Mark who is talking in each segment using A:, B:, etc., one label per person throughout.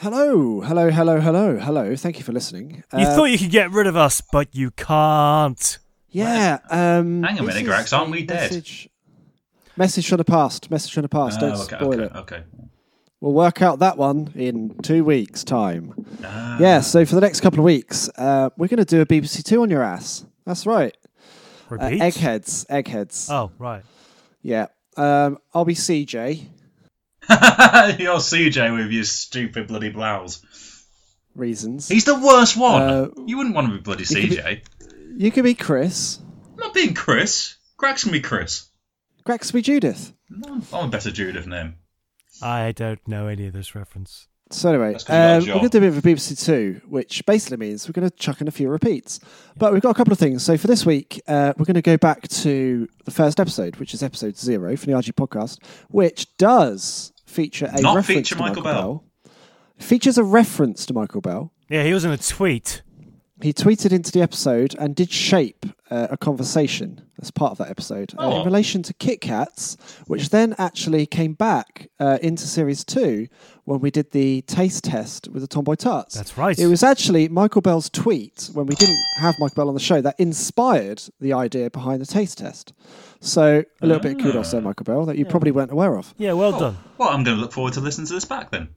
A: Hello, hello, hello, hello, hello. Thank you for listening. Uh,
B: You thought you could get rid of us, but you can't.
A: yeah. Um,
C: Hang a
A: this is
C: minute, Grax, aren't we
A: a
C: dead?
A: Message, message from the past. Message from the past. Don't
C: Oh, okay,
A: spoil
C: okay,
A: it.
C: okay.
A: We'll work out that one in two weeks' time.
C: Ah.
A: Yeah. So for the next couple of weeks, uh, we're going to do a BBC Two on your ass. That's right. Uh,
B: Repeat.
A: eggheads. Eggheads.
B: Oh, right.
A: Yeah. Um, I'll be CJ.
C: You're CJ with your stupid bloody blouse.
A: Reasons.
C: He's the worst one.
A: Uh,
C: you wouldn't want to be bloody
A: could be-
C: CJ.
A: You could be Chris.
C: I'm not being Chris. Grax can be Chris.
A: Greg could be Judith.
C: No, I'm- I'm a better Judith than him.
B: I don't know any of this reference.
A: So anyway,
C: That's 'cause you like
A: um, we're
C: Joel.
A: going to do a bit of a BBC Two, which basically means we're going to chuck in a few repeats. But we've got a couple of things. So for this week, uh, we're going to go back to the first episode, which is episode zero from the RG podcast, which does feature a
C: Not
A: reference
C: feature
A: to Michael
C: Michael
A: Bell.
C: Bell.
A: Features a reference to Michael Bell.
B: Yeah, he was in a tweet.
A: He tweeted into the episode and did shape uh, a conversation as part of that episode uh,
C: Oh.
A: in relation to Kit Kats, which then actually came back uh, into series two when we did the taste test with the Tomboy Tarts.
B: That's right.
A: It was actually Michael Bell's tweet when we didn't have Michael Bell on the show that inspired the idea behind the taste test. So a little bit of kudos there, Michael Bell, that you probably weren't aware of.
B: Yeah, well done.
C: Well, I'm going to look forward to listening to this back then.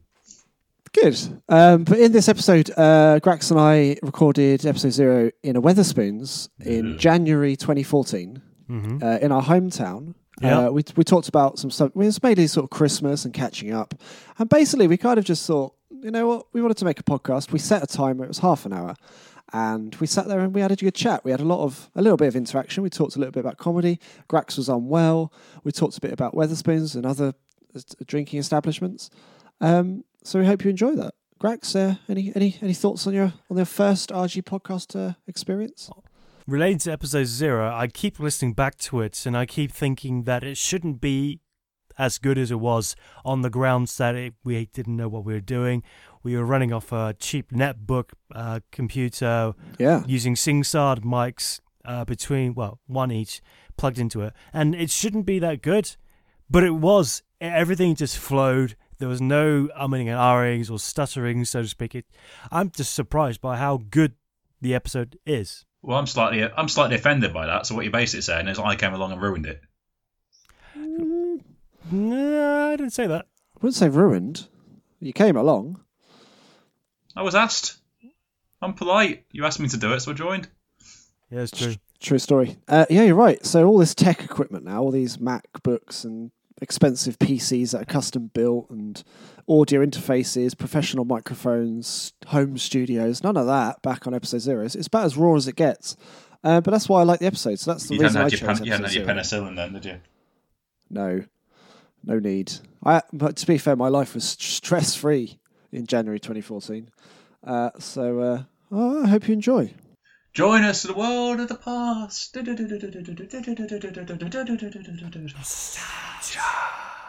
A: Good. Um, but in this episode, uh, Grax and I recorded episode zero in a Weatherspoons in January 2014 uh, in our hometown.
B: Yeah.
A: Uh, we, we talked about some stuff. It was mainly sort of Christmas and catching up. And basically, we kind of just thought, you know what? We wanted to make a podcast. We set a timer, it was half an hour. And we sat there and we had a good chat. We had a lot of, a little bit of interaction. We talked a little bit about comedy. Grax was unwell. We talked a bit about Weatherspoons and other uh, drinking establishments. Um, so we hope you enjoy that. Grax, uh, any any any thoughts on your on your first RG podcast uh, experience?
B: Related to episode zero, I keep listening back to it and I keep thinking that it shouldn't be as good as it was on the grounds that it, we didn't know what we were doing. We were running off a cheap netbook uh, computer
A: Yeah,
B: using SingSard mics uh, between, well, one each plugged into it. And it shouldn't be that good, but it was. E- Everything just flowed. There was no umming and ahhings or stuttering, so to speak. It, I'm just surprised by how good the episode is.
C: Well, I'm slightly I'm slightly offended by that. So what you're basically saying is I came along and ruined it.
B: No, I didn't say that.
A: I wouldn't say ruined. You came along.
C: I was asked. I'm polite. You asked me to do it, so I joined.
B: Yeah, it's true.
A: True story. Uh, yeah, you're right. So all this tech equipment now, all these MacBooks and expensive PCs that are custom built, and audio interfaces, professional microphones, home studios, none of that. Back on episode zero, it's it's about as raw as it gets. Uh, but that's why I like the episode. So that's the
C: You
A: reason I
C: hadn't had,
A: chose
C: your, pen, you hadn't
A: episode
C: had your
A: zero.
C: penicillin then, did you?
A: No, no need. I, but to be fair, my life was stress free in January 2014. Uh, so uh, oh, I hope you enjoy.
C: Join us to the world of the past.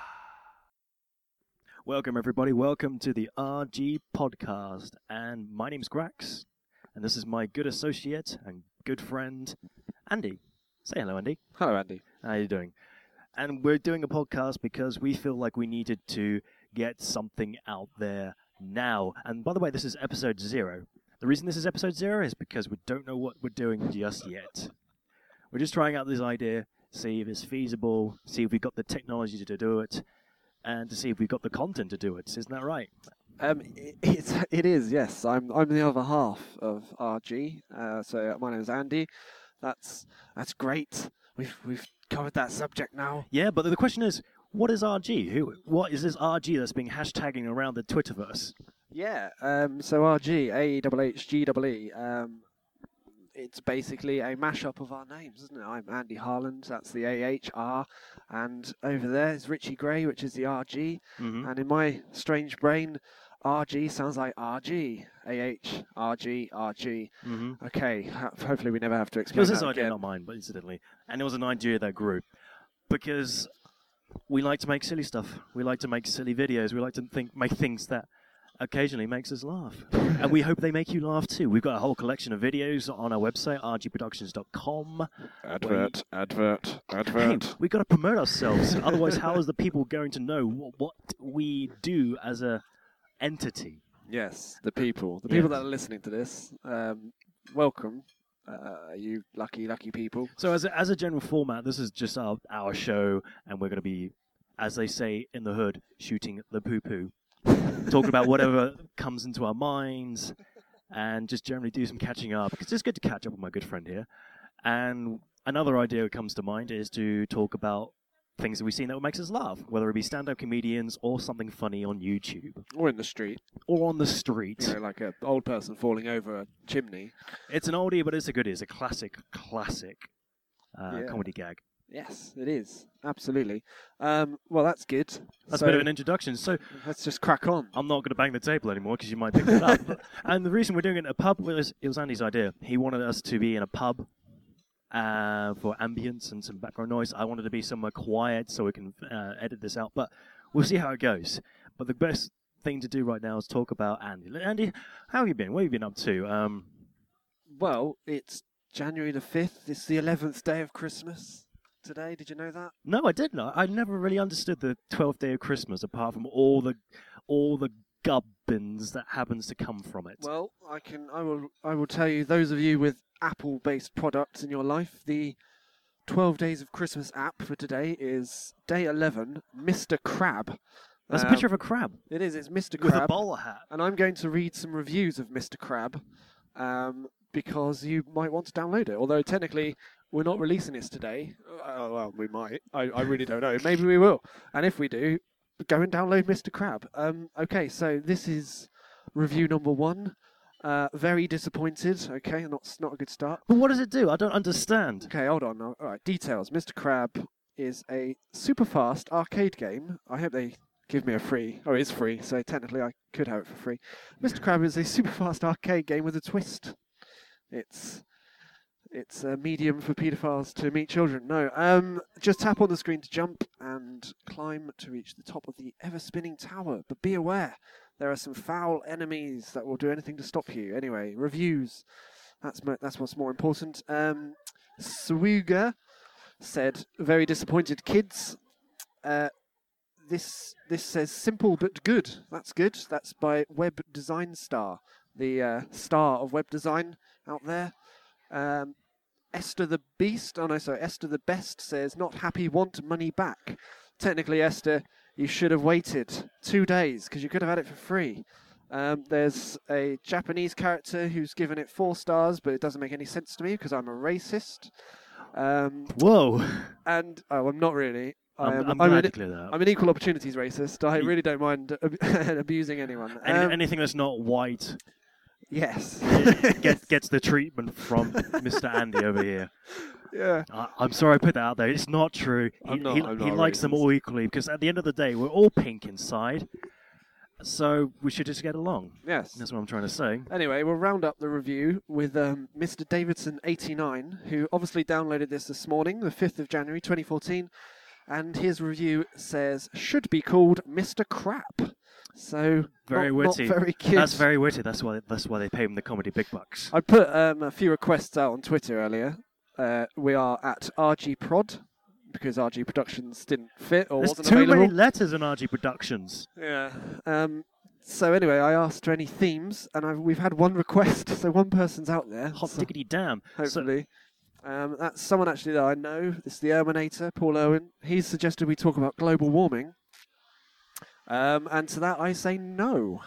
D: Welcome, everybody. Welcome to the RG podcast. And my name's Grax, and this is my good associate and good friend, Andy. Say hello, Andy.
E: Hello, Andy.
D: How are you doing? And we're doing a podcast because we feel like we needed to get something out there now. And by the way, this is episode zero. The reason this is episode zero is because we don't know what we're doing just yet. We're just trying out this idea, see if it's feasible, see if we've got the technology to do it, and to see if we've got the content to do it. Isn't that right?
E: Um, i it's, it is yes. I'm I'm the other half of RG. Uh, so my name's Andy. That's that's great. We've we've covered that subject now.
D: Yeah, but the question is, what is RG? Who? What is this RG that's being hashtagging around the Twitterverse?
E: Yeah. Um, so RG A double H G double E. Um, it's basically a mashup of our names, isn't it? I'm Andy Harland. That's the A H R, and over there is Richie Gray, which is the RG.
D: Mm-hmm.
E: And in my strange brain, RG sounds like RG. AH, RG, RG.
D: Mm-hmm.
E: Okay, ho- hopefully we never have to
D: It
E: explain
D: was his
E: that
D: idea,
E: again.
D: not mine, but incidentally. And it was an idea that grew. Because we like to make silly stuff. We like to make silly videos. We like to think make things that occasionally makes us laugh. and we hope they make you laugh too. We've got a whole collection of videos on our website, rgproductions.com. Advert,
E: advert,
D: Hey, we've got to promote ourselves. Otherwise, how is the people going to know what, what we do as a entity?
A: Yes, the people, the
C: Yeah.
A: people that are listening to this, um, welcome. Uh, you lucky, lucky people.
D: So as a, as a general format, this is just our, our show, and we're going to be, as they say in the hood, shooting the poo poo, talking about whatever comes into our minds, and just generally do some catching up. 'cause It's just good to catch up with my good friend here. And another idea that comes to mind is to talk about things that we've seen that makes us laugh, whether it be stand-up comedians or something funny on YouTube
A: Or in the street,
D: or on the street.
A: you know, like an old person falling over a chimney.
D: It's an oldie, but it's a goodie. It's a classic, classic uh,
A: Yeah.
D: comedy gag.
A: Yes, it is absolutely. Um, well, that's good.
D: That's
A: so
D: a bit of an introduction. So
A: let's just crack on.
D: I'm not going to bang the table anymore because you might pick that up. and the reason we're doing it in a pub was it was Andy's idea. He wanted us to be in a pub uh, for ambience and some background noise. I wanted to be somewhere quiet so we can uh, edit this out. But we'll see how it goes. But the best thing to do right now is talk about Andy. Andy, how have you been? What have you been up to? Um,
A: Well, it's January the fifth. It's the eleventh day of Christmas today. Did you know that?
D: No, I did not. I never really understood the twelfth day of Christmas, apart from all the all the gubbins that happens to come from it.
A: Well, I can. I will. I will tell you. Those of you with Apple-based products in your life, the 12 Days of Christmas app for today is day 11. Mr. Crab.
D: That's a
A: Um,
D: picture of a crab
A: It is. It's Mr.
D: with a
A: Crab.
D: bowler hat.
A: and I'm going to read some reviews of Mr. Crab, um, because you might want to download it. Although technically, we're not releasing this today. Uh, well, we might. I, I really don't know. Maybe we will. And if we do, go and download Mr. Crab. Um, okay, so this is review number one. Uh, very disappointed. Okay, not not a good start.
D: But what does it do? I don't understand.
A: Okay, hold on. All right, details. Mr. Crab is a super fast arcade game. I hope they give me a free. Oh, it's free, so technically I could have it for free. Mr. Crab is a super fast arcade game with a twist. It's it's a medium for paedophiles to meet children. No, um, just tap on the screen to jump and climb to reach the top of the ever spinning tower. But be aware, there are some foul enemies that will do anything to stop you. Anyway, reviews. That's mo- that's what's more important. Um, Swuga said, "Very disappointed, kids. Uh, this this says simple but good. That's good. That's by Web Design Star, the uh, star of web design out there." Um, Esther the Beast, oh no, sorry, Esther the Best says, "Not happy, want money back." Technically, Esther, you should have waited two days because you could have had it for free. Um, there's a Japanese character who's given it four stars, but it doesn't make any sense to me because I'm a racist. Um,
D: Whoa!
A: and oh, I'm not really. I
D: I'm,
A: am,
D: I'm,
A: I'm,
D: glad to
A: an,
D: clear that. up.
A: I'm an equal opportunities racist. I
D: Ye-
A: really don't mind ab- abusing anyone.
D: Any,
A: Um,
D: anything that's not white
A: yes.
D: gets gets the treatment from Mr. Andy over here.
A: yeah.
D: I, I'm sorry I put that out there. It's not true. He,
A: I'm not-
D: he,
A: I'm
D: he
A: not
D: likes them
A: racist.
D: all equally because at the end of the day, we're all pink inside. So we should just get along.
A: Yes.
D: That's what I'm trying to say.
A: Anyway, we'll round up the review with um, Mr. Davidson89, who obviously downloaded this this morning, the 5th of January 2014, and his review says, should be called Mr. Crap. So,
D: Very
A: not, not
D: witty.
A: very cute.
D: That's very witty. That's why that's why they pay him the comedy big bucks.
A: I put um, a few requests out on Twitter earlier. Uh, we are at RG Prod because RG Productions didn't fit or
D: There's
A: wasn't
D: too
A: available.
D: many letters in RG Productions.
A: Yeah. Um, so anyway, I asked for any themes, and I've, we've had one request. So one person's out there.
D: Hot
A: so
D: diggity damn. So,
A: hopefully, um, that's someone actually that I know. It's the Erminator, Paul Owen. He's suggested we talk about global warming. Um, and to that, I say no.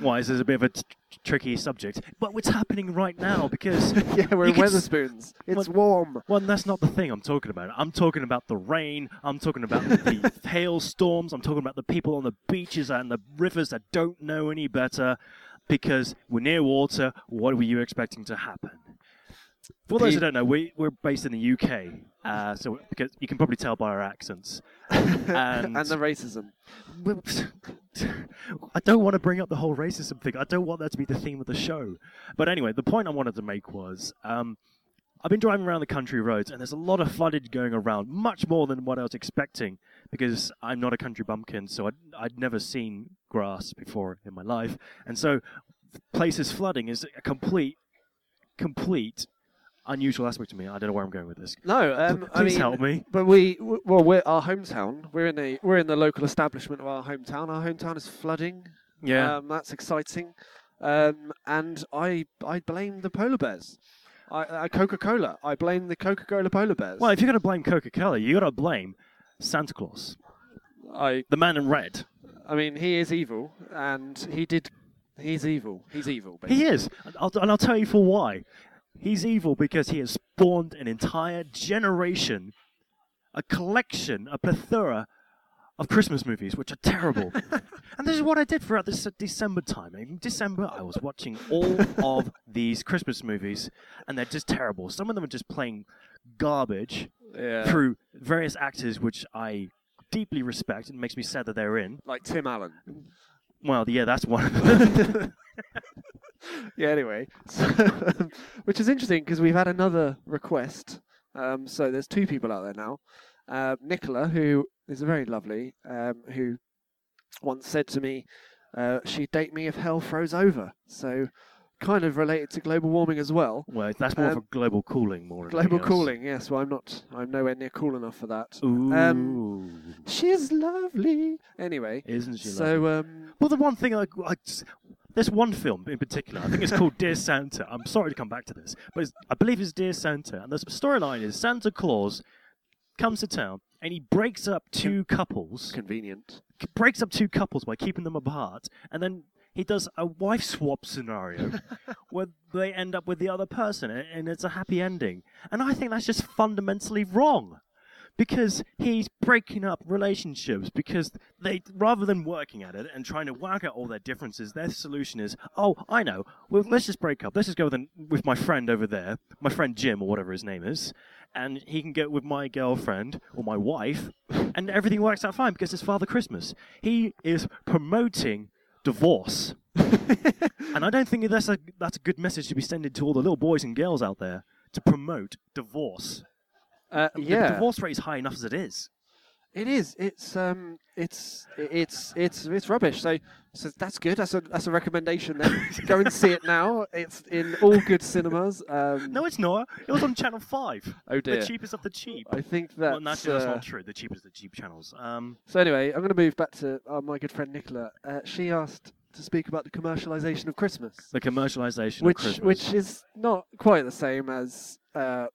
D: why is this a bit of a t- t- tricky subject? But it's happening right now because
A: yeah, we're
D: You
A: in
D: could s-
A: Weatherspoons. It's
D: Well-
A: warm.
D: Well, that's not the thing I'm talking about. I'm talking about the rain. I'm talking about the hailstorms. I'm talking about the people on the beaches and the rivers that don't know any better because we're near water. What were you expecting to happen? For those who don't know, we, we're based in the UK, uh, so because you can probably tell by our accents. And-
A: and the racism.
D: Well, I don't want to bring up the whole racism thing. I don't want that to be the theme of the show. But anyway, the point I wanted to make was um, I've been driving around the country roads, and there's a lot of flooded going around, much more than what I was expecting, because I'm not a country bumpkin, so I'd, I'd never seen grass before in my life. And so, places flooding is a complete, complete unusual aspect to me. I don't know where I'm going with this.
A: No, um, I
D: Please
A: mean,
D: help me.
A: But we, w- well, we're our hometown. We're in a, we're in the local establishment of our hometown. Our hometown is flooding.
D: Yeah.
A: Um, that's exciting. Um, and I I blame the polar bears. I, I Coca Cola. I blame the Coca Cola polar bears.
D: well, if you're going to blame Coca Cola, you got to blame Santa Claus,
A: I
D: the man in red.
A: I mean he is evil, and he did. He's evil. He's evil. Basically.
D: He is. And I'll, and I'll tell you for why. He's evil because he has spawned an entire generation, a collection, a plethora of Christmas movies, which are terrible. and this is what I did throughout this uh, December time. In December, I was watching all of these Christmas movies, and they're just terrible. Some of them are just plain garbage
A: Yeah.
D: through various actors, which I deeply respect. It makes me sad that they're in.
A: Like Tim Allen.
D: Well, yeah, that's one of them.
A: Yeah. Anyway, so, which is interesting because we've had another request. Um, so there's two people out there now. Uh, Nicola, who is very lovely, um, who once said to me, uh, "She'd date me if hell froze over." So, kind of related to global warming as well.
D: well, that's more
A: Um,
D: for global cooling, more. than
A: Global
D: anything else.
A: cooling, yes. Well, I'm not. I'm nowhere near cool enough for that.
D: Ooh.
A: She's lovely. Anyway,
D: Isn't she lovely?
A: Um, so um,
D: Well, the one thing I, I just- there's one film in particular. I think it's called Dear Santa. I'm sorry to come back to this, but it's, I believe it's Dear Santa, and the storyline is Santa Claus comes to town and he breaks up two couples,
A: convenient.
D: breaks up two couples by keeping them apart, and then he does a wife swap scenario where they end up with the other person, and- and it's a happy ending. And I think that's just fundamentally wrong because he's breaking up relationships because they rather than working at it and trying to work out all their differences their solution is oh i know well, let's just break up let's just go with, an, with my friend over there my friend jim or whatever his name is and he can go with my girlfriend or my wife and everything works out fine because it's father christmas he is promoting divorce and i don't think that's a, that's a good message to be sending to all the little boys and girls out there to promote divorce
A: Uh,
D: the
A: yeah,
D: divorce rate is high enough as it is.
A: it is. It's um, it's i- it's it's it's rubbish. So so that's good. That's a that's a recommendation. Then go and see it now. It's in all good cinemas. Um,
D: No, it's not. It was on Channel Five.
A: oh dear.
D: The cheapest of the cheap.
A: I think
D: well,
A: that's,
D: actually, that's
A: uh,
D: not true. The cheapest of the cheap channels. Um,
A: So anyway, I'm going to move back to uh, my good friend Nicola. Uh, she asked to speak about the commercialization of Christmas,
D: the commercialization
A: which which is not quite the same as uh,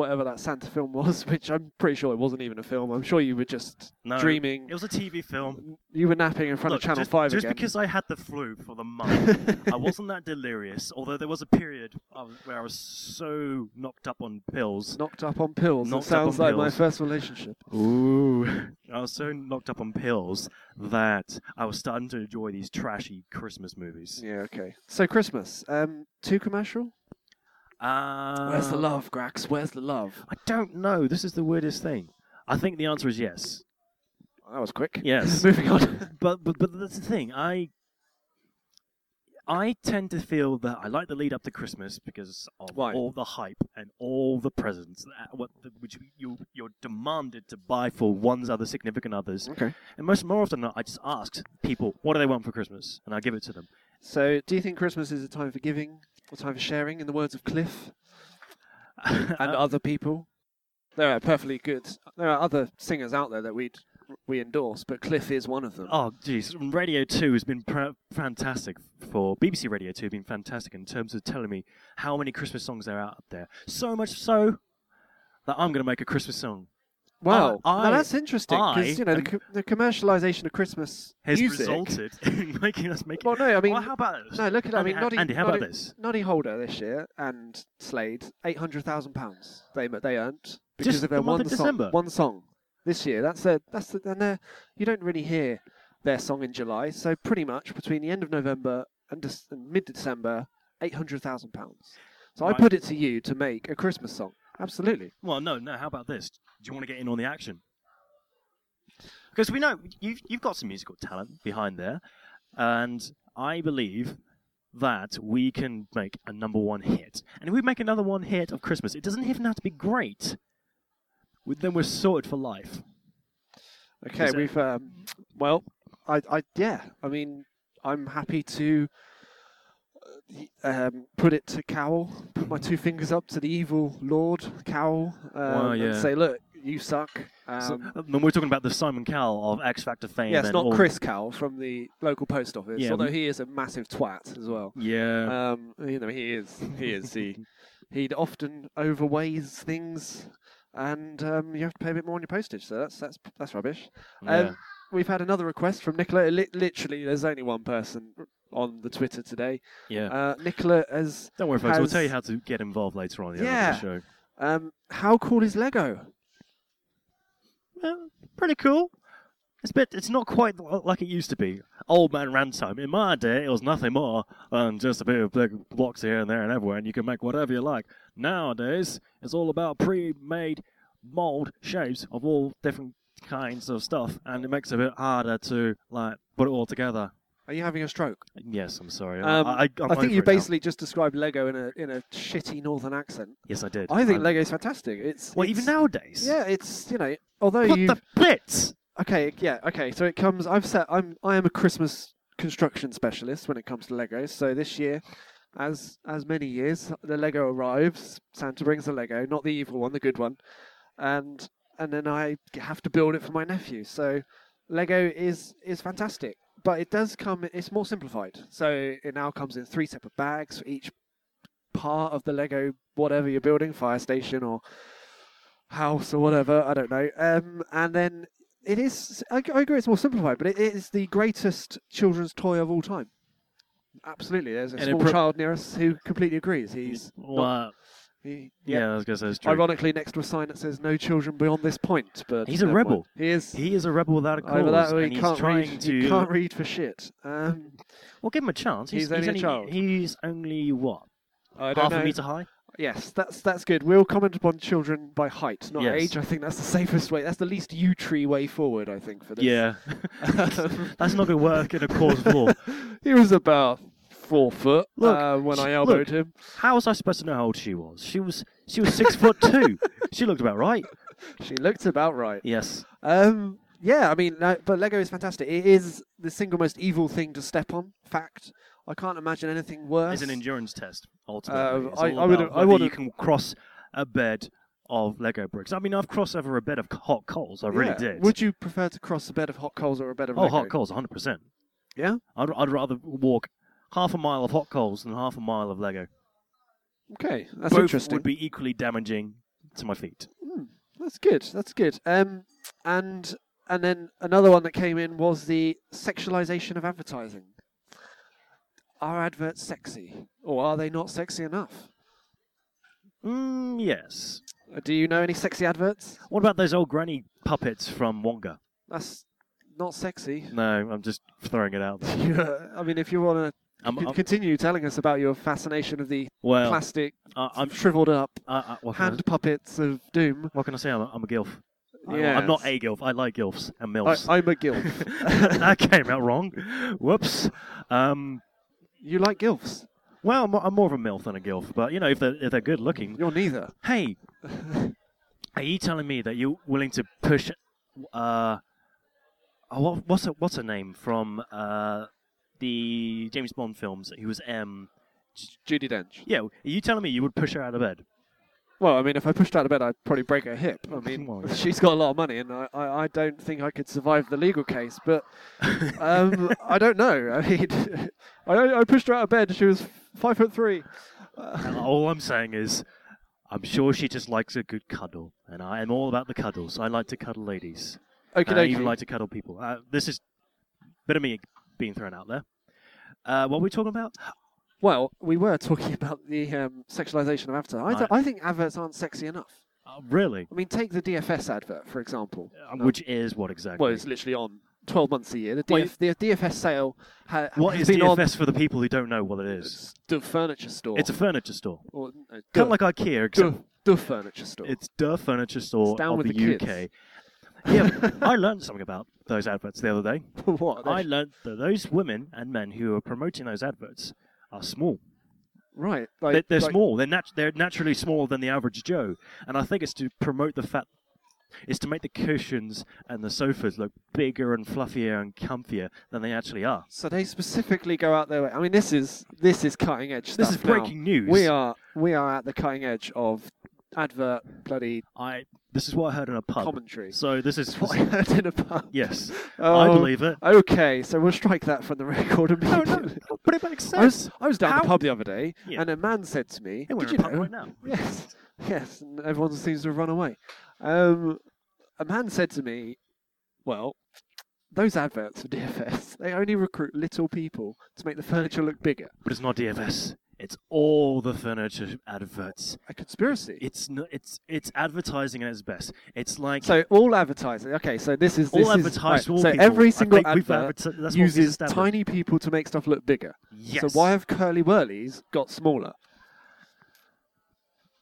A: whatever that Santa film was. Which I'm pretty sure it wasn't even a film. I'm sure you were just
D: No,
A: dreaming.
D: It was a TV film.
A: You were napping in front
D: Look,
A: of Channel
D: just,
A: Five
D: Just
A: again.
D: because I had the flu for the month, I wasn't that delirious. Although there was a period I was- where I was so knocked up on pills.
A: knocked up on pills. That
D: Knocked up on
A: sounds like my
D: pills.
A: first relationship.
D: Ooh. I was so knocked up on pills that I was starting to enjoy these trashy Christmas movies.
A: Yeah, okay. So Christmas, um, too commercial.
D: Uh,
A: Where's the love, Grax? Where's the love?
D: I don't know. This is the weirdest thing. I think the answer is yes.
A: That was quick.
D: Yes.
A: Moving on.
D: But but but that's the thing. I I tend to feel that I like the lead up to Christmas because of
A: Why?
D: all the hype and all the presents that, uh, what, which you you're demanded to buy for one's other significant others.
A: okay.
D: And most more often than not, I just ask people what do they want for Christmas, and I give it to them.
A: So, do you think Christmas is a time for giving, or time for sharing? In the words of Cliff and
D: Um,
A: other people, there are perfectly good. There are other singers out there that we would we endorse, but Cliff is one of them.
D: Oh, geez. Radio 2 has been pr- fantastic for BBC Radio 2 have been fantastic in terms of telling me how many Christmas songs there are out there. So much so that I'm going to make a Christmas song.
A: wow,
D: I-
A: now that's interesting
D: I
A: because you know the,
D: am-
A: co- the commercialization of Christmas
D: Has
A: music.
D: resulted in making us make.
A: Well, no, I mean,
D: well, how about this?
A: no, look at that. I
D: Andy,
A: mean, e- Noddy,
D: Andy, how
A: Noddy-
D: about this?
A: Noddy Holder this year and Slade eight hundred thousand pounds they they earned because
D: Just
A: of their
D: the month
A: one
D: of
A: song
D: December.
A: one song this year. That's their that's the, and their, you don't really hear their song in July. So pretty much between the end of November and, Dec- and mid December, eight hundred thousand pounds. So
D: Right.
A: I put it to you to make a Christmas song. Absolutely.
D: Well, no, no. How about this? Do you want to get in on the action? Because we know you've you've got some musical talent behind there, and I believe that we can make a number one hit. And if we make another one hit of Christmas, it doesn't even have to be great. We- Then we're sorted for life.
A: Okay,
D: Is it-
A: we've um, well, I, I yeah, I mean, I'm happy to uh, y- um, put it to Cowell, put my two fingers up to the evil Lord Cowell, um,
D: Well, yeah.
A: and say, look, you suck. Um,
D: So- and we're talking about the Simon Cowell of X Factor fame.
A: yes,
D: and
A: not
D: all-
A: Chris Cowell from the local post office,
D: Yeah,
A: although
D: we-
A: he is a massive twat as well.
D: Yeah.
A: Um, you know, he is. He is. He he'd often overweighs things, and um, you have to pay a bit more on your postage. So that's that's that's rubbish.
D: Yeah.
A: Um, we've had another request from Nicola. Li- literally, there's only one person on the Twitter today.
D: yeah.
A: Uh, Nicola has.
D: Don't worry, folks. We'll
A: has-
D: tell you how to get involved later on in
A: Yeah.
D: the show.
A: Um, how cool is Lego?
D: Well, Eh, pretty cool. It's a bit. It's not quite l- like it used to be. Old man Ransom. In my day, it was nothing more than just a bit of big blocks here and there and everywhere, and you can make whatever you like. Nowadays, it's all about pre-made mold shapes of all different kinds of stuff, and it makes it a bit harder to like put it all together.
A: Are you having a stroke?
D: Yes, I'm sorry.
A: Um,
D: I, I, I'm
A: I
D: over
A: think you
D: it now.
A: basically just described Lego in a in a shitty northern accent.
D: Yes, I did.
A: I think
D: I'm-
A: Lego's fantastic. It's
D: Well, even
A: it's-
D: nowadays.
A: Yeah, it's you know, although
D: What
A: you
D: the bits?
A: okay, yeah, okay. So it comes. I've set. I'm. I am a Christmas construction specialist when it comes to Legos. So this year, as as many years, the Lego arrives. Santa brings the Lego, not the evil one, the good one, and and then I have to build it for my nephew. So Lego is is fantastic, but it does come. It's more simplified. So it now comes in three separate bags for each part of the Lego, whatever you're building, fire station or house or whatever. I don't know. Um, and then it is. I, I agree, it's more simplified, but it is the greatest children's toy of all time. Absolutely, there's a
D: And it
A: small
D: pro-
A: child near us who completely agrees. He's
D: Well, uh,
A: he,
D: yeah, I was gonna say it's true.
A: Ironically, next to a sign that says "No children beyond this point," but
D: He's a
A: never mind.
D: rebel.
A: He is.
D: He is a rebel without a
A: Either
D: cause,
A: that or he
D: and he's
A: can't
D: trying
A: read.
D: to.
A: He can't read for shit. Um,
D: Well, give him a chance. He's,
A: He's only a child.
D: He's only what?
A: I don't
D: Half
A: know.
D: a meter high.
A: Yes, that's that's good. We'll comment upon children by height, not
D: Yes.
A: age. I think that's the safest way. That's the least U tree way forward. I think for this.
D: that's not gonna work in a cause of law.
A: he was about four foot
D: Look,
A: uh, when
D: sh-
A: I
D: look.
A: elbowed him.
D: How was I supposed to know how old she was? She was she was six foot two. She looked about right.
A: She looked about right.
D: Yes.
A: Um, yeah, I mean, no, but Lego is fantastic. It is the single most evil thing to step on. Fact. I can't imagine anything worse.
D: It's an endurance test. Ultimately,
A: Uh,
D: It's
A: I-
D: all
A: I would've-
D: about
A: I
D: whether You
A: would've-
D: can cross a bed of Lego bricks. I mean, I've crossed over a bed of hot coals. I really
A: Yeah.
D: did.
A: Would you prefer to cross a bed of hot coals or a bed of
D: oh,
A: Lego?
D: hot coals, 100. percent
A: Yeah?
D: I'd, I'd rather walk half a mile of hot coals than half a mile of Lego.
A: Okay, that's
D: Both
A: interesting.
D: would be equally damaging to my feet.
A: That's good. That's good. Um, and and then another one that came in was the sexualization of advertising. Are adverts sexy, or are they not sexy enough?
D: Mm, yes.
A: Uh, Do you know any sexy adverts?
D: What about those old granny puppets from Wonga?
A: That's not sexy.
D: No, I'm just throwing it out there.
A: Yeah, I mean, if you want
D: I'm,
A: to
D: I'm,
A: continue telling us about your fascination of the
D: well,
A: plastic,
D: I, I'm.
A: shriveled up
D: I, I, what, can I,
A: hand puppets of doom,
D: what can I say? I'm a, I'm a gilf. I- I'm
A: Yes.
D: not a gilf. I like gilfs and
A: I,
D: milfs.
A: I'm a gilf.
D: that came out wrong. Whoops. Um,
A: you like gilfs?
D: well, I'm, I'm more of a milf than a gilf, but you know, if they're if they're good looking,
A: You're neither.
D: hey, are you telling me that you're willing to push? Uh, oh, what, what's her, what's her name from uh, the James Bond films? Who was M?
A: Judy Dench.
D: Yeah, are you telling me you would push her out of bed?
A: Well, I mean, if I pushed her out of bed, I'd probably break her hip. I mean,
D: Well, yeah.
A: she's got a lot of money, and I, I, I don't think I could survive the legal case. But um, I don't know. I mean, I, I pushed her out of bed. She was five foot three.
D: All I'm saying is, I'm sure she just likes a good cuddle, and I am all about the cuddles. I like to cuddle ladies.
A: Okay,
D: And I even like to cuddle people. Uh, this is bit of me being thrown out there. Uh, what are we talking about?
A: Well, we were talking about the um, sexualization of advertising. I, th- I think adverts aren't sexy enough.
D: Uh, really?
A: I mean, take the DFS advert for example.
D: Uh, Which is what exactly?
A: Well, it's literally on twelve months a year. The,
D: Well,
A: DF- the DFS sale ha-
D: What
A: has
D: is
A: been on
D: DFS for the people who don't know what it is?
A: s- the furniture store.
D: It's a furniture store,
A: or, no,
D: kind
A: duh,
D: of like IKEA,
A: duh,
D: except
A: duh furniture store.
D: it's the furniture store
A: It's down
D: of
A: with
D: the,
A: the kids.
D: UK. yeah, I learned something about those adverts the other day.
A: what?
D: I learned that those women and men who are promoting those adverts are small.
A: Right.
D: They're,
A: Like,
D: they're
A: like-
D: small. They're nat- they're naturally smaller than the average Joe, and I think it's to promote the fact. It's to make the cushions and the sofas look bigger and fluffier and comfier than they actually are.
A: So they specifically go out their way. I mean, this is this is cutting edge.
D: This
A: stuff
D: is breaking
A: now.
D: news.
A: We are we are at the cutting edge of advert, bloody
D: I this is what I heard in a pub.
A: commentary.
D: So this is
A: That's what I heard in a pub.
D: yes, I
A: Oh,
D: believe it.
A: Okay, so we'll strike that from the record
D: No,
A: immediately.
D: no, but it makes
A: I was
D: sense.
A: I was down at
D: How-
A: the pub the other day,
D: Yeah.
A: and a man said to me,
D: Hey, we're
A: "Did
D: in
A: you
D: a pub
A: know?"
D: right now.
A: Yes, yes, and everyone seems to have run away. Um, a man said to me, "Well, those adverts for DFS they only recruit little people to make the furniture look bigger.
D: But it's not DFS. It's all the furniture adverts.
A: A conspiracy."
D: It's no, it's it's advertising at its best. It's like
A: so all advertising. Okay, so this is this
D: all
A: is-
D: advertised.
A: right,
D: all
A: so
D: people.
A: every
D: I
A: single
D: think we've
A: advert
D: adverti- that's what we've
A: uses
D: established.
A: tiny people to make stuff look bigger.
D: Yes.
A: So why have curly whirlies got smaller?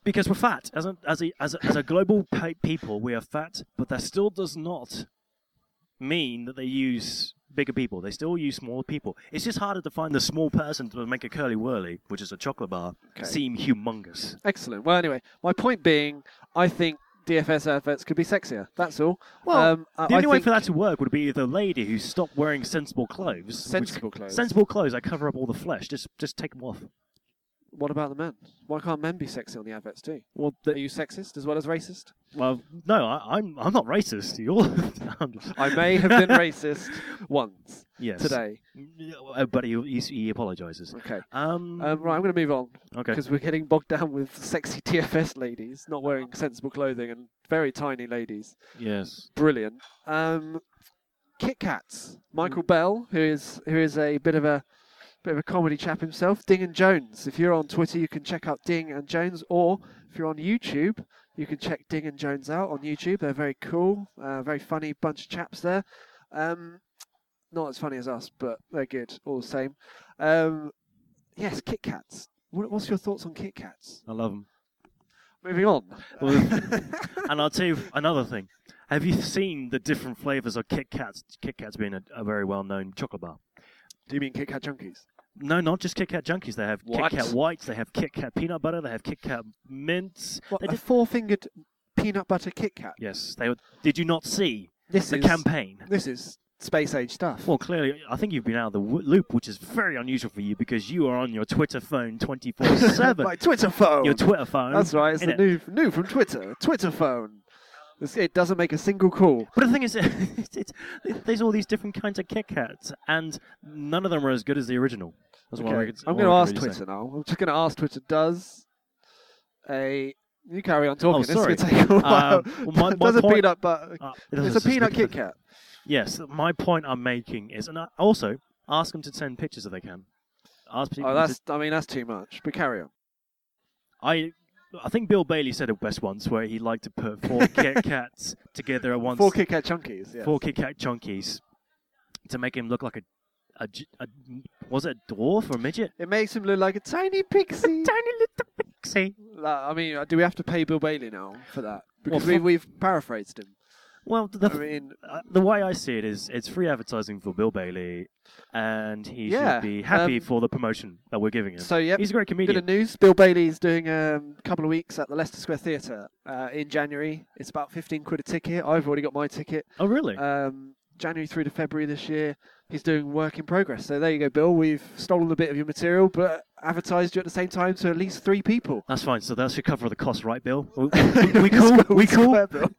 D: Because we're fat. As a as a as a, as a global pe- people, we are fat. But that still does not mean that they use bigger people. They still use smaller people. It's just harder to find the small person to make a curly whirly, which is a chocolate bar,
A: Okay.
D: seem humongous.
A: Excellent. Well, anyway, my point being, I think DFS adverts could be sexier. That's all.
D: Well,
A: um, I-
D: the
A: I
D: only way
A: think
D: for that to work would be either a lady who stopped wearing sensible clothes. which-
A: sensible clothes.
D: sensible clothes. I cover up all the flesh. Just just take them off.
A: what about the men? Why can't men be sexy on the adverts too?
D: Well,
A: Are you sexist as well as racist?
D: well, no, I, I'm I'm not racist. You're. I'm just-
A: I may have been racist once
D: yes.
A: today.
D: Uh, but he, he, he apologizes.
A: Okay.
D: Um,
A: Um, right, I'm going to move on
D: okay.
A: because we're getting bogged down with sexy DFS ladies not wearing sensible clothing and very tiny ladies.
D: Yes.
A: brilliant. Um, Kit Kats. Michael Bell, who is who is a bit of a bit of a comedy chap himself. Ding and Jones. If you're on Twitter, you can check out Ding and Jones, or if you're on YouTube, you can check Ding and Jones out on YouTube. They're very cool, uh, very funny bunch of chaps there. Um, not as funny as us, but they're good all the same. Um, yes, Kit Kats. What, what's your thoughts on Kit Kats?
D: I love him.
A: Moving on.
D: and I'll tell you another thing. Have you seen the different flavors of Kit Kats? Kit Kats being a, a very well-known chocolate bar.
A: Do you mean Kit Kat junkies?
D: No, not just Kit Kat junkies. They have
A: What?
D: Kit Kat whites. They have Kit Kat peanut butter. They have Kit Kat mints.
A: What,
D: They
A: a
D: did-
A: four-fingered peanut butter Kit Kat.
D: Yes. They were, did you not see
A: This
D: the
A: is
D: campaign?
A: This is space age stuff.
D: Well, clearly, I think you've been out of the w- loop, which is very unusual for you because you are on your Twitter phone twenty-four seven.
A: My Twitter phone.
D: Your Twitter phone.
A: That's right. It's the
D: innit?
A: new new from Twitter. Twitter phone. This- It doesn't make a single call.
D: But the thing is, it's, it's, there's all these different kinds of Kit Kats, and none of them are as good as the original. That's what I
A: Okay.
D: could,
A: I'm
D: what
A: going to
D: I
A: ask
D: could really
A: Twitter
D: say.
A: now. I'm just going to ask Twitter. Does a you carry on talking? This
D: Oh, sorry.
A: is gonna take a while.
D: Um, well, my- my
A: does a
D: point-
A: peanut butter?
D: Ah, it doesn't-
A: It's a peanut Kit Kat.
D: Yes, my point I'm making is, and I, also ask them to send pictures if they can. Ask people.
A: Oh,
D: to-
A: that's. I mean, that's too much. But carry on.
D: I. I think Bill Bailey said it best once, where he liked to put four Kit Kats together at once,
A: Four Kit Kat chunkies. Yes.
D: four Kit Kat chunkies, to make him look like a, a, j- a- was it a dwarf or a midget?
A: It makes him look like a tiny pixie.
D: Tiny little pixie.
A: Like, I mean, uh, do we have to pay Bill Bailey now for that? Because
D: Well,
A: we, we've paraphrased him.
D: Well, the,
A: I mean,
D: Uh, the way I see it is, it's free advertising for Bill Bailey, and he
A: Yeah,
D: should be happy
A: um,
D: for the promotion that we're giving him.
A: so yep.
D: He's a great
A: Bit
D: comedian.
A: of news: Bill Bailey's doing um, a couple of weeks at the Leicester Square Theatre uh, in January. It's about fifteen quid a ticket. I've already got my ticket.
D: Oh, really?
A: Um, January through to February this year, he's doing work in progress. So there you go, Bill. We've stolen a bit of your material, but advertised you at the same time to at least three people.
D: That's fine. So that should cover the cost, right, Bill? We, we, we cool. We cool.
A: Square Bill.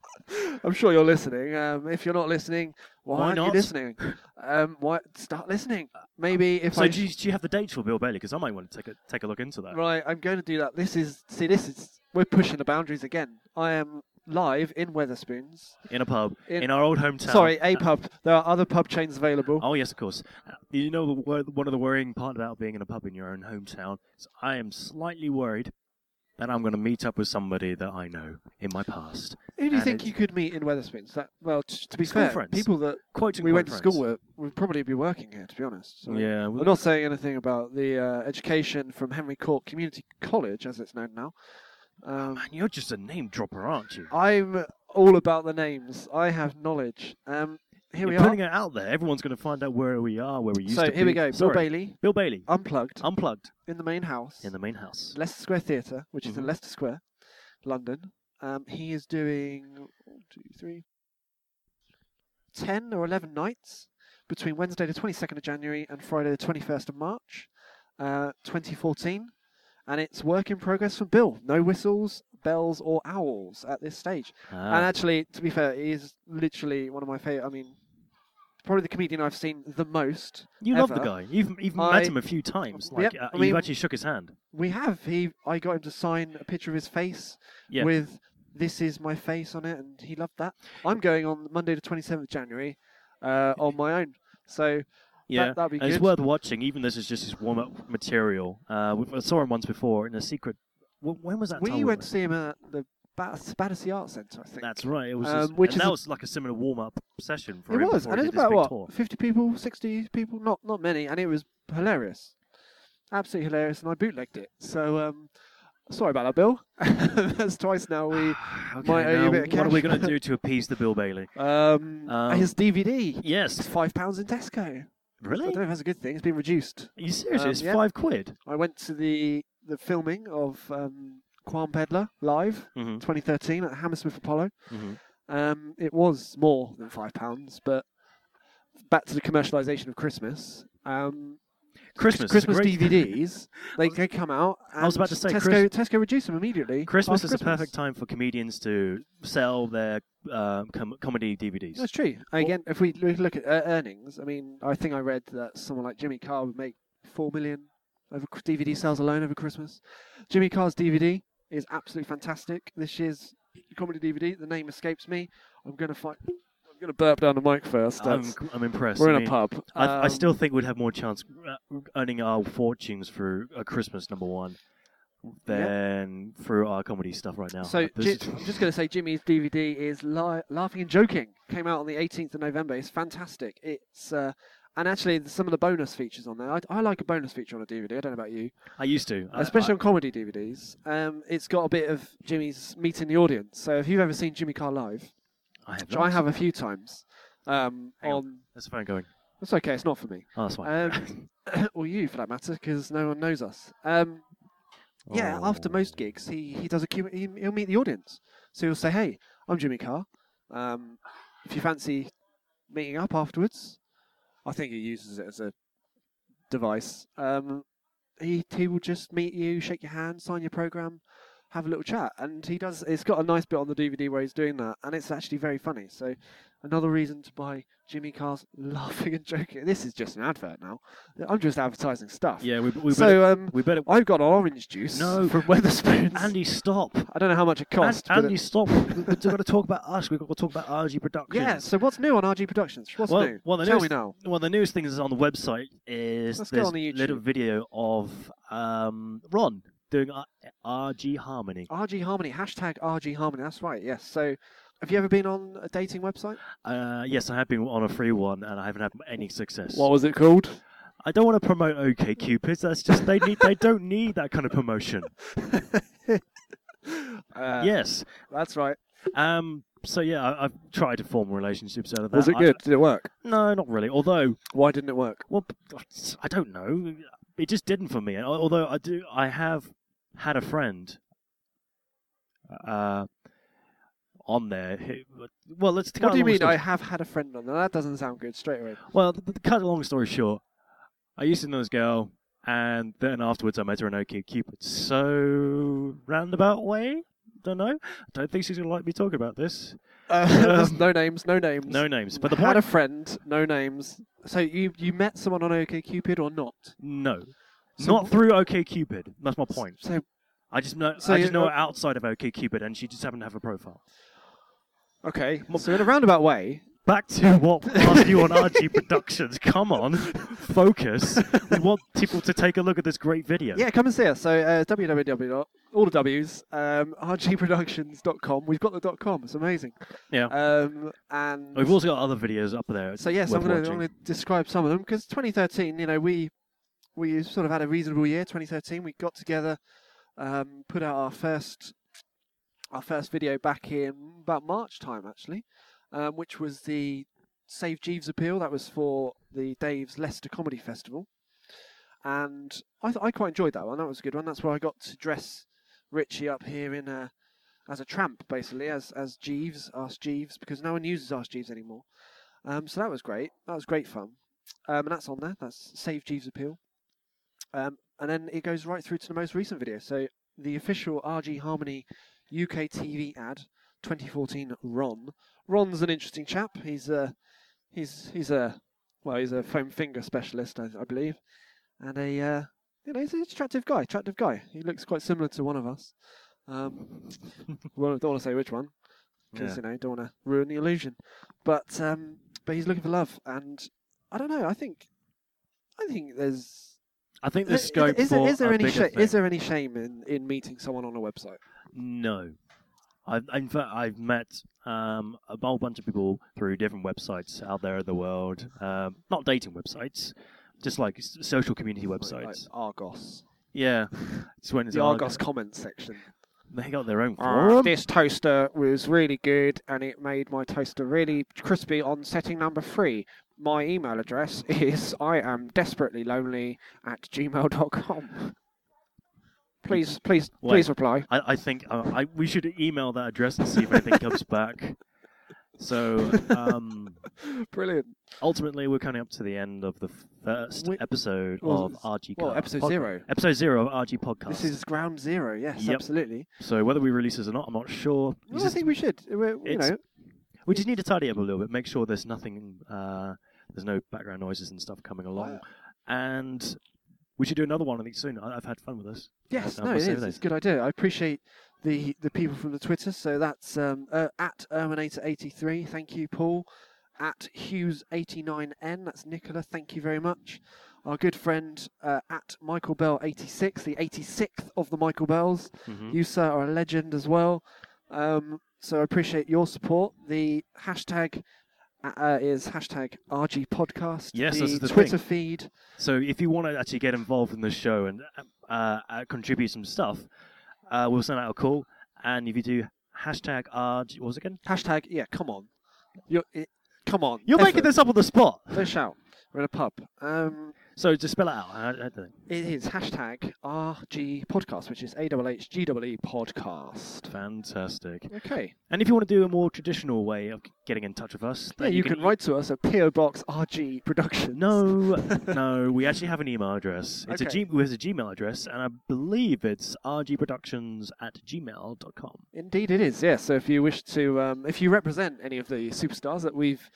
A: I'm sure you're listening. Um, if you're not listening, why,
D: Why
A: aren't
D: not?
A: you listening? Um, why start listening? Maybe if
D: So
A: I
D: do you, do you have the dates for Bill Bailey? Because I might want to take a take a look into that.
A: Right, I'm going to do that. This is see, this is we're pushing the boundaries again. I am live in Weatherspoons.
D: In a pub, in,
A: In-
D: our old hometown.
A: Sorry, a pub. There are other pub chains available.
D: Oh yes, of course. Uh, You know the wor- one of the worrying part about being in a pub in your own hometown is I am slightly worried that I'm going to meet up with somebody that I know in my past.
A: Who do you
D: and
A: think
D: it's-
A: you could meet in Weatherspoons? That well, t- to be
D: School
A: fair,
D: friends.
A: people that
D: Quoting
A: we
D: my
A: went to school
D: friends.
A: with would probably be working here. To be honest, So
D: Yeah,
A: I'm not saying anything about the uh, education from Henry Court Community College, as it's known now. Um,
D: Man, you're just a name dropper, aren't you?
A: I'm all about the names. I have knowledge. Um, here
D: You're
A: we
D: putting
A: are.
D: it out there. Everyone's going to find out where we are, where we used
A: So
D: to
A: here
D: be.
A: we go. Bill
D: Sorry.
A: Bailey
D: Bill Bailey.
A: unplugged
D: Unplugged
A: in the main house.
D: in the main house.
A: Leicester Square Theatre, which is in
D: Mhm.
A: Leicester Square, London. Um, he is doing one, two, three, 10 or 11 nights between Wednesday the 22nd of January and Friday the 21st of March uh, 2014. and it's work in progress from Bill. No whistles, bells, or owls at this stage.
D: Ah,
A: And actually, to be fair, he is literally one of my favorite. I mean, probably the comedian I've seen the most.
D: you love the
A: ever.
D: guy. You've you've
A: I-
D: met him a few times.
A: Yep,
D: Like uh,
A: I
D: you've
A: mean-
D: actually shook his hand.
A: We have. He, I got him to sign a picture of his face
D: Yeah.
A: with "This is my face" on it, and he loved that. I'm going on Monday, the 27th of January, uh, on my own. So
D: yeah.
A: that, that'd be
D: And
A: good.
D: it's worth watching, even this is just his warm up material. Uh, we I saw him once before in a secret. wh- When was that? time
A: we
D: we
A: went
D: met?
A: to see him at the Bat- Battersea Arts Centre, I think.
D: That's right. It was,
A: Um,
D: his-
A: which is
D: and that
A: a-
D: was like a similar warm up session for
A: it
D: him.
A: was,
D: before
A: and
D: he
A: it's
D: did his
A: about
D: big
A: what
D: tour.
A: 50 people, 60 people, not not many, and it was hilarious, absolutely hilarious, and I bootlegged it. So um, sorry about that, Bill. That's twice now. We
D: Okay,
A: might owe you a
D: now
A: bit of
D: what are we
A: cash.
D: going to do to appease the Bill Bailey?
A: um,
D: Um,
A: his DVD. It's
D: Yes,
A: five pounds in Tesco. I
D: really?
A: don't know
D: Are
A: if that's a good thing. It's been reduced.
D: you serious?
A: Um,
D: it's
A: yeah.
D: five quid.
A: I went to the the filming of um, Quam Peddler live
D: Mm-hmm.
A: 2013 at Hammersmith Apollo.
D: Mhm.
A: Um, it was more than five pounds, but back to the commercialisation of Christmas. Um,
D: Christmas. is a
A: Christmas
D: great-
A: DVDs, they, they come out. And
D: I was about to say,
A: Tesco, Tesco reduced them immediately.
D: Christmas
A: after
D: is a perfect time for comedians to sell their um, com- comedy DVDs.
A: That's true. Again, if we lo- look at uh, earnings, I mean, I think I read that someone like Jimmy Carr would make four million over Chris- DVD sales alone over Christmas. Jimmy Carr's DVD is absolutely fantastic. This year's comedy DVD, the name escapes me. I'm gonna find. I'm gonna burp down the mic 1st
D: I'm, I'm impressed.
A: we're
D: I
A: in
D: mean,
A: a pub.
D: I, I
A: Um,
D: still think we'd have more chance uh, earning our fortunes through uh, Christmas number one than through our comedy stuff right now.
A: So
D: Like, this
A: Ji-
D: is-
A: I'm just going to say Jimmy's DVD is li- Laughing and Joking. Came out on the 18th of November. It's fantastic. It's uh, and actually the- some of the bonus features on there. I, I like a bonus feature on a DVD. I don't know about you,
D: I used to, I-
A: especially
D: I-
A: on comedy DVDs. Um, it's got a bit of Jimmy's meeting the audience. So if you've ever seen Jimmy Carr live,
D: I, have
A: which I
D: not.
A: have a few times, um,
D: Hang on.
A: on
D: That's fine going.
A: it's okay. It's not for me,
D: Oh, that's fine.
A: um, or you for that matter, because no one knows us. Um, yeah, after
D: Oh.
A: most gigs, he he does a Q, he, he'll meet the audience. So he'll say, "Hey, I'm Jimmy Carr. Um, if you fancy meeting up afterwards, I think he uses it as a device. Um, he he will just meet you, shake your hand, sign your program, have a little chat, and he does. It's got a nice bit on the DVD where he's doing that, and it's actually very funny. So another reason to buy Jimmy Carr's laughing and joking. This is just an advert now. I'm just advertising stuff.
D: Yeah, we, we better.
A: so um,
D: we better.
A: I've got orange juice
D: No.
A: from Weatherspoons.
D: Andy, stop.
A: I don't know how much it costs.
D: An-
A: but
D: Andy,
A: it-
D: stop. We've got to talk about us. We've got to talk about RG Productions.
A: yeah, so what's new on RG Productions? What's
D: Well-
A: new?
D: well, the
A: Tell
D: news-
A: me now.
D: Well, the newest thing is on the website is
A: Let's go
D: this
A: on the YouTube.
D: little video of um, Ron doing R- RG Harmony.
A: RG Harmony, hashtag RG Harmony, that's right, yes. So have you ever been on a dating website?
D: Uh, yes, I have been on a free one, and I haven't had any success.
A: was it called?
D: I don't want to promote OK Cupid. That's just they need. they don't need that kind of promotion.
A: Uh,
D: yes.
A: That's right.
D: Um. So yeah, I, I've tried to form relationships out of that.
A: Was it
D: I-
A: good? Did it work?
D: no, not really. Although
A: Why didn't it work?
D: Well, p- I don't know. It just didn't for me. And al- Although I do, I have had a friend uh, on there. Who, well, let's cut
A: What do you
D: a long
A: mean?
D: story-
A: I have had a friend on there. That doesn't sound good straight away.
D: Well, th- th- cut a long story short. I used to know this girl, and then afterwards I met her in OkCupid. So roundabout way. Don't know. Don't think she's gonna like me talking about this.
A: Uh, there's no names, no names.
D: Um, No names, but the
A: had
D: point.
A: a friend, no names. So you you met someone on OkCupid or not?
D: No,
A: So
D: not
A: wh-
D: through OkCupid. That's my point.
A: So
D: I just know.
A: So
D: I
A: you-
D: just know her outside of OkCupid, and she just happened to have a profile.
A: okay,
D: Well-
A: so in a roundabout way,
D: Back to what asked you on RG Productions. Come on, focus. We want people to take a look at this great video.
A: Yeah, come and see us. So uh, www. All the W's, um, rgproductions.com. We've got the dot .com. It's amazing.
D: Yeah. Oh,
A: Um, and
D: We've also got other videos up there.
A: so yes,
D: uh, worth
A: I'm going
D: watching.
A: to describe some of them because 2013, you know, we we sort of had a reasonable year. 2013, we got together, um, put out our first our first video back in about March time actually, um, which was the Save Jeeves appeal. That was for the Dave's Leicester Comedy Festival, and I th- I quite enjoyed that one. That was a good one. That's where I got to dress Richie up here in a as a tramp basically, as as Jeeves, Ask Jeeves, because no one uses Ask Jeeves anymore. Um, so that was great. That was great fun. Um, and that's on there. That's Save Jeeves Appeal. Um, and then it goes right through to the most recent video. So the official RG Harmony UK TV ad 2014 Ron. Ron's an interesting chap. He's a he's he's a well he's a foam finger specialist I, I believe, and a uh, you know he's an attractive guy. Attractive guy. He looks quite similar to one of us. Um, well, don't want to say which one because
D: Yeah.
A: you know don't want to ruin the illusion. But um, but he's looking for love, and I don't know. I think I think there's
D: I think
A: Uh,
D: there's
A: is-
D: scope
A: is,
D: for
A: is there
D: a
A: any
D: bigger
A: sha- is
D: thing.
A: there any shame in, in meeting someone on a website?
D: No. I've, in fact, I've met um, a whole bunch of people through different websites out there in the world. Um, not dating websites, just like s- social community
A: Like- like
D: websites.
A: Argos,
D: Yeah. It's when it's
A: the
D: Arg-
A: Argos comments section.
D: They got their own
A: Ah,
D: forum.
A: this toaster was really good, and it made my toaster really crispy on setting number three. My email address is I am desperately lonely at gmail.com. Please, please,
D: Wait.
A: please reply.
D: I, I think uh, I, we should email that address and see if anything comes back. So, um,
A: Brilliant.
D: ultimately, we're coming up to the end of the first
A: We-
D: episode
A: well,
D: of RG
A: Well,
D: Cast-
A: episode
D: pod-
A: zero.
D: Episode zero of RG Podcast.
A: This is ground zero. Yes,
D: Yep.
A: absolutely.
D: So, whether we release this or not, I'm not sure. It's
A: Well, I
D: just-
A: think we should. We're, you
D: it's-
A: know,
D: We just need to tidy up a little bit, make sure there's nothing, uh, there's no background noises and stuff coming along. And we should do another one, I think, soon. I, I've had fun with this.
A: Yes,
D: I'll
A: no, it
D: say
A: is.
D: that.
A: It's a good idea. I appreciate the the people from the Twitter. So that's um, uh, at Erminator83. Thank you, Paul. At Hughes89N. That's Nicola. Thank you very much. Our good friend uh, at Michael Bell86, the 86th of the Michael Bells.
D: Mm-hmm.
A: You, sir, are a legend as well. Um, so I appreciate your support. The hashtag uh, uh, is hashtag RG Podcast.
D: Yes,
A: the
D: this is the
A: Twitter
D: thing.
A: feed.
D: So if you want to actually get involved in the show and uh, uh, contribute some stuff, uh, we'll send out a call. And if you do hashtag RG, what was it again?
A: Hashtag, yeah, come on. You're, it, come on.
D: You're
A: effort.
D: making this up on the spot.
A: Don't shout. We're in a pub. Um,
D: So just spell it out. I, I don't know.
A: it is hashtag RG podcast, which is AWHGWE E podcast.
D: Fantastic.
A: Okay.
D: And if you want to do a more traditional way of getting in touch with us,
A: Yeah,
D: then
A: you, can, write to us at PO Box RG Productions.
D: No, no, we actually have an email address. It's
A: Okay.
D: a G- well, it's a Gmail address, and I believe it's rgproductions at gmail.com.
A: Indeed, it is. Yeah. So if you wish to, um, if you represent any of the superstars that we've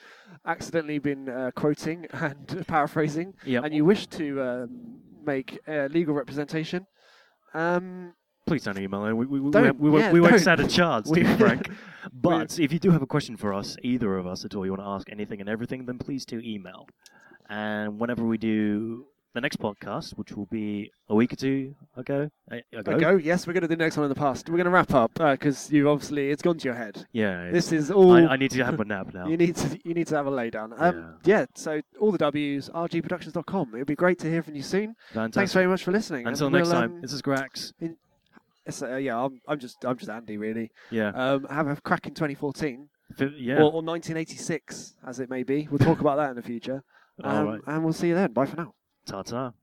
A: accidentally been uh, quoting and paraphrasing,
D: Yep.
A: and you wish to um, make uh, legal representation, um,
D: Please don't email her. We, we, we,
A: Don't.
D: won't- we, won't-
A: Yeah,
D: we won't
A: don't.
D: stand a chance, to be
A: We-
D: frank. But if you do have a question for us, either of us at all, you want to ask anything and everything, then please do email. And whenever we do the next podcast, which will be a week or two ago, a- ago,
A: go. Yes, we're going to do the next one in the past. We're going to wrap up because you obviously it's gone to your head.
D: yeah,
A: This is
D: I,
A: all
D: I need to have my nap now.
A: You need to you need to have a lay down. Um, yeah. so all the W's, rgproductions.com. It'd be great to hear from you soon. Thanks
D: Fantastic.
A: very much for listening. and
D: Until next
A: we'll,
D: time,
A: um,
D: this is Grax.
A: it's, uh, yeah, I'm, I'm just I'm just Andy really.
D: Yeah,
A: Um, have a crack in 2014
D: Fi- yeah.
A: or, or 1986 as it may be. We'll talk about that in the future.
D: all
A: Um,
D: right.
A: And we'll see you then. Bye for now.
D: Ta ta.